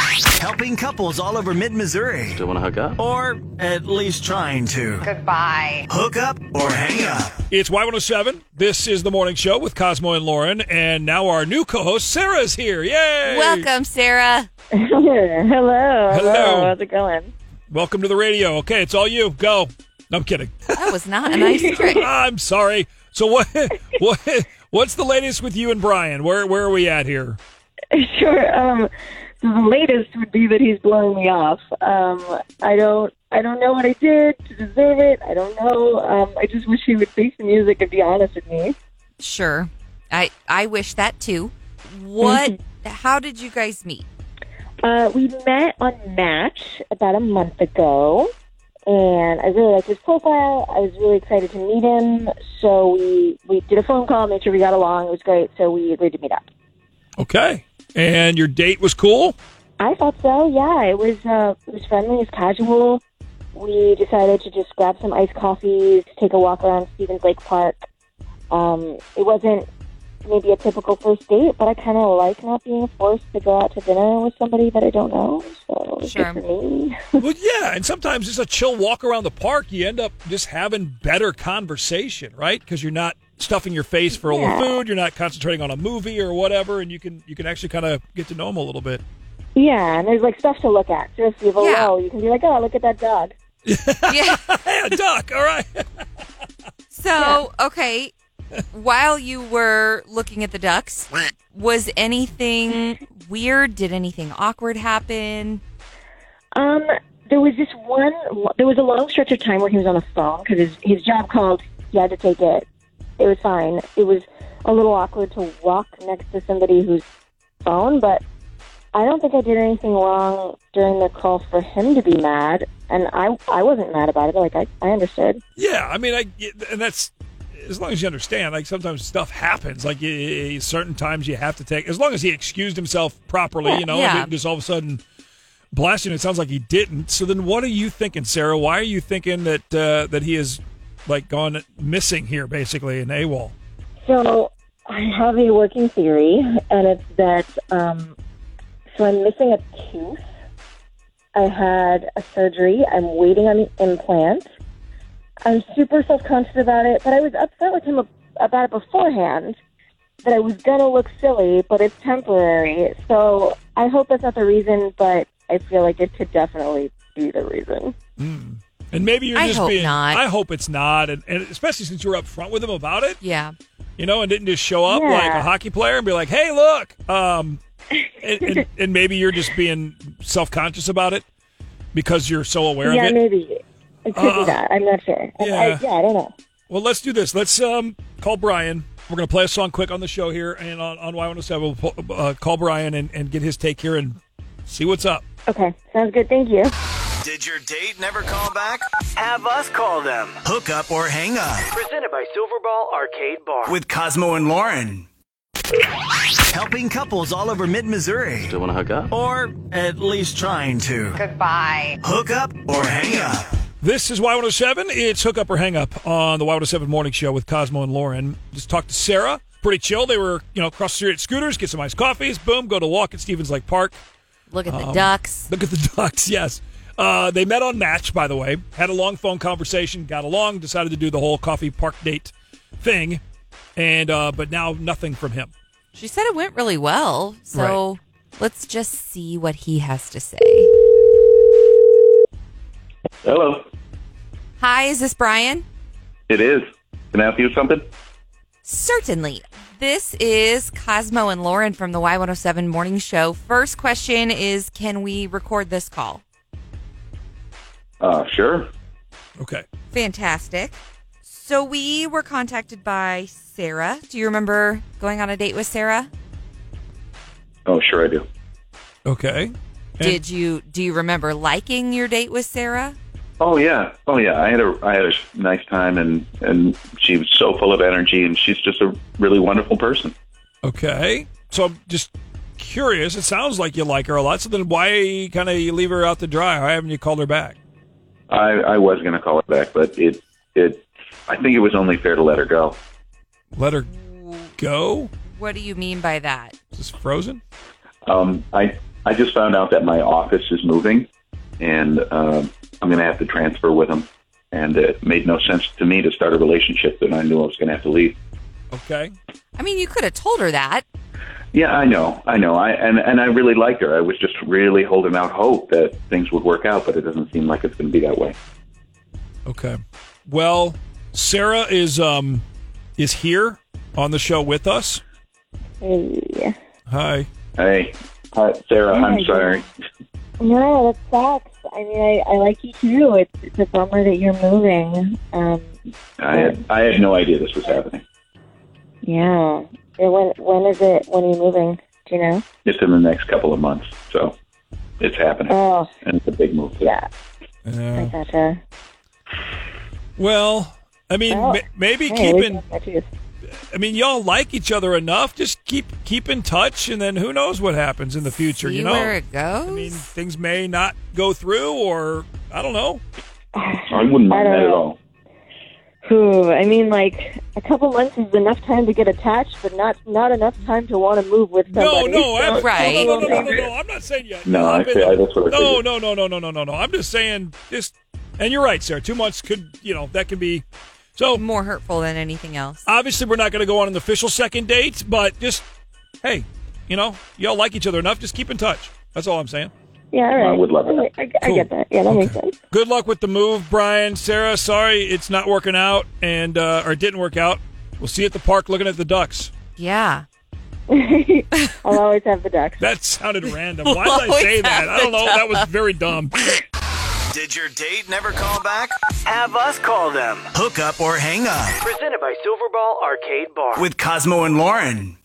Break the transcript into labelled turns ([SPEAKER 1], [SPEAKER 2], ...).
[SPEAKER 1] shopping couples all over mid Missouri.
[SPEAKER 2] Do you want to hook up?
[SPEAKER 1] Or at least trying to.
[SPEAKER 3] Goodbye.
[SPEAKER 1] Hook up or hang up.
[SPEAKER 4] It's Y107. This is the morning show with Cosmo and Lauren. And now our new co host, Sarah's here. Yay!
[SPEAKER 3] Welcome, Sarah.
[SPEAKER 5] hello, hello.
[SPEAKER 4] Hello.
[SPEAKER 5] How's it going?
[SPEAKER 4] Welcome to the radio. Okay, it's all you. Go. No, I'm kidding.
[SPEAKER 3] That was not a nice trick.
[SPEAKER 4] I'm sorry. So what? What? What's the latest with you and Brian? Where Where are we at here?
[SPEAKER 5] Sure. Um, so the latest would be that he's blowing me off. Um, I don't. I don't know what I did to deserve it. I don't know. Um, I just wish he would face the music and be honest with me.
[SPEAKER 3] Sure. I I wish that too. What? How did you guys meet?
[SPEAKER 5] Uh, we met on Match about a month ago, and I really liked his profile. I was really excited to meet him, so we we did a phone call, made sure we got along. It was great, so we agreed to meet up.
[SPEAKER 4] Okay. And your date was cool.
[SPEAKER 5] I thought so. Yeah, it was uh, it was friendly, it was casual. We decided to just grab some iced coffees, take a walk around Stevens Lake Park. Um, it wasn't maybe a typical first date, but I kind of like not being forced to go out to dinner with somebody that I don't know. So it was
[SPEAKER 3] Sure.
[SPEAKER 5] good for me.
[SPEAKER 4] Well, yeah. And sometimes just a chill walk around the park, you end up just having better conversation, right? Because you're not stuffing your face for all the food. You're not concentrating on a movie or whatever, and you can you can actually kind of get to know them a little bit.
[SPEAKER 5] yeah, and there's like stuff to look at. So if you have a
[SPEAKER 3] Yeah.
[SPEAKER 5] low, you can be like, oh, look at that dog.
[SPEAKER 3] Yeah.
[SPEAKER 4] Hey, a duck. All right.
[SPEAKER 3] So okay, while you were looking at the ducks, was anything weird? Did anything awkward happen?
[SPEAKER 5] Um, there was this one. There was a long stretch of time where he was on the phone because his his job called. He had to take it. It was fine. It was a little awkward to walk next to somebody whose phone, but I don't think I did anything wrong during the call for him to be mad, and I I wasn't mad about it. Like I I understood.
[SPEAKER 4] Yeah, I mean, I and that's as long as you understand. Like sometimes stuff happens. Like y- y- y- certain times you have to take. As long as he excused himself properly, you know, and
[SPEAKER 3] Yeah.
[SPEAKER 4] didn't just all of a sudden blast you. And it sounds like he didn't. So then, what are you thinking, Sarah? Why are you thinking that uh, that he is like gone missing here, basically, in AWOL?
[SPEAKER 5] So I have a working theory, and it's that um, so I'm missing a tooth. I had a surgery. I'm waiting on the implant. I'm super self conscious about it, but I was upset with him ab- about it beforehand that I was gonna look silly, but it's temporary. So I hope that's not the reason, but I feel like it could definitely be the reason.
[SPEAKER 4] And maybe you're
[SPEAKER 3] I
[SPEAKER 4] just
[SPEAKER 3] hope
[SPEAKER 4] being.
[SPEAKER 3] not.
[SPEAKER 4] I hope it's not, and, and especially since you were upfront with him about it.
[SPEAKER 3] Yeah.
[SPEAKER 4] you know, and didn't just show up
[SPEAKER 5] Yeah.
[SPEAKER 4] like a hockey player and be like, "Hey, look," um, and, and, and maybe you're just being self conscious about it because you're so aware
[SPEAKER 5] yeah,
[SPEAKER 4] of it.
[SPEAKER 5] maybe it could be that. I'm not sure. I- I,
[SPEAKER 4] yeah.
[SPEAKER 5] yeah, I don't know.
[SPEAKER 4] Well, let's do this. Let's um, call Brian. We're gonna play a song quick on the show here and on, on Y107. We'll pull- uh, call Brian and, and get his take here and see what's up.
[SPEAKER 5] Okay, sounds good. Thank you.
[SPEAKER 1] Did your date never call back?
[SPEAKER 6] Have us call them.
[SPEAKER 1] Hook up or hang up
[SPEAKER 6] Presented by Silverball Arcade Bar.
[SPEAKER 1] with Cosmo and Lauren. Helping couples all over mid Missouri.
[SPEAKER 2] Do you want to hook up?
[SPEAKER 1] Or at least trying to.
[SPEAKER 3] Goodbye.
[SPEAKER 1] Hook up or hang up.
[SPEAKER 4] This is Y107. It's Hook Up or Hang Up on the Y107 Morning Show with Cosmo and Lauren. Just talked to Sarah. Pretty chill. They were, you know, across the street at Scooters, get some iced coffees, boom, go to walk at Stevens Lake Park.
[SPEAKER 3] Look at the ducks.
[SPEAKER 4] Look at the Ducks, yes. Uh, they met on Match, by the way. Had a long phone conversation, got along, decided to do the whole coffee park date thing, and uh, but now nothing from him.
[SPEAKER 3] She said it went really well. So let's just see what he has to say.
[SPEAKER 7] Hello.
[SPEAKER 3] Hi, is this Brian?
[SPEAKER 7] It is. Can I help you with something?
[SPEAKER 3] Certainly. This is Cosmo and Lauren from the Y107 Morning Show. First question is Can we record this call?
[SPEAKER 7] Uh, sure.
[SPEAKER 4] Okay.
[SPEAKER 3] Fantastic. So we were contacted by Sarah. Do you remember going on a date with Sarah?
[SPEAKER 7] Oh, sure I do.
[SPEAKER 4] Okay.
[SPEAKER 3] Did you do you remember liking your date with Sarah?
[SPEAKER 7] Oh yeah. Oh yeah. I had a I had a nice time, and and she was so full of energy, and she's just a really wonderful person.
[SPEAKER 4] Okay. So I'm just curious. It sounds like you like her a lot. So then why kind of you leave her out to dry? Why haven't you called her back?
[SPEAKER 7] I I was gonna call her back, but it it I think it was only fair to let her go.
[SPEAKER 4] Let her go?
[SPEAKER 3] What do you mean by that?
[SPEAKER 4] Is this frozen?
[SPEAKER 7] Um, I I just found out that my office is moving, and uh, I'm going to have to transfer with him. And it made no sense to me to start a relationship that I knew I was going to have to leave.
[SPEAKER 4] Okay.
[SPEAKER 3] I mean, you could have told her that.
[SPEAKER 7] Yeah, I know, I know. I and and I really liked her. I was just really holding out hope that things would work out, but it doesn't seem like it's going to be that way.
[SPEAKER 4] Okay. Well, Sarah is um is here on the show with us.
[SPEAKER 5] Hey.
[SPEAKER 4] Hi.
[SPEAKER 7] Hey, hi, Sarah,
[SPEAKER 5] Oh, my
[SPEAKER 7] I'm sorry.
[SPEAKER 5] No, that sucks. I mean, I, I like you too. It's, it's a bummer that you're moving. Um,
[SPEAKER 7] I had I had no idea this was happening.
[SPEAKER 5] yeah. And When when is it? When are you moving? Do you know?
[SPEAKER 7] Just in the next couple of months, so it's happening,
[SPEAKER 5] Oh,
[SPEAKER 7] and it's a big move.
[SPEAKER 5] yeah. I
[SPEAKER 4] Yeah.
[SPEAKER 5] gotcha.
[SPEAKER 4] Well, I mean,
[SPEAKER 5] Well,
[SPEAKER 4] ma- maybe
[SPEAKER 5] Hey,
[SPEAKER 4] keeping.
[SPEAKER 5] that's my juice.
[SPEAKER 4] I mean, y'all like each other enough. Just keep keep in touch, and then who knows what happens in the future.
[SPEAKER 3] See
[SPEAKER 4] you know,
[SPEAKER 3] where it goes.
[SPEAKER 4] I mean, things may not go through, or I don't know.
[SPEAKER 7] I wouldn't mind
[SPEAKER 5] I don't
[SPEAKER 7] that at
[SPEAKER 5] know.
[SPEAKER 7] all.
[SPEAKER 5] Whew, I mean, like a couple months is enough time to get attached, but not not enough time to want to move with
[SPEAKER 4] No,
[SPEAKER 5] somebody.
[SPEAKER 4] no,
[SPEAKER 5] So-
[SPEAKER 4] ab-
[SPEAKER 3] Right.
[SPEAKER 4] No, no, no, no, no, no, I'm not saying yet.
[SPEAKER 7] No, I
[SPEAKER 4] I've been-
[SPEAKER 7] feel- that's what I
[SPEAKER 4] No,
[SPEAKER 7] figured.
[SPEAKER 4] no, no, no, no, no, no, no. I'm just saying, just and you're right, Sarah. Two months could, you know, that can be. So
[SPEAKER 3] More hurtful than anything else.
[SPEAKER 4] obviously, we're not going to go on an official second date, but just hey, you know, y'all like each other enough. Just keep in touch. That's all I'm saying.
[SPEAKER 5] Yeah, all right.
[SPEAKER 7] I would love it.
[SPEAKER 5] I, I, I get that. Yeah, that makes sense.
[SPEAKER 4] Good luck with the move, Brian. Sarah, sorry it's not working out and uh, or it didn't work out. We'll see you at the park looking at the ducks.
[SPEAKER 3] Yeah.
[SPEAKER 5] I'll always have the ducks.
[SPEAKER 4] That sounded random. Why did I say
[SPEAKER 3] Always
[SPEAKER 4] that?
[SPEAKER 3] have
[SPEAKER 4] I don't
[SPEAKER 3] the
[SPEAKER 4] know. That was very dumb.
[SPEAKER 1] Did your date never call back?
[SPEAKER 6] Have us call them.
[SPEAKER 1] Hook up or hang up
[SPEAKER 6] Presented by Silverball Arcade Bar.
[SPEAKER 1] with Cosmo and Lauren.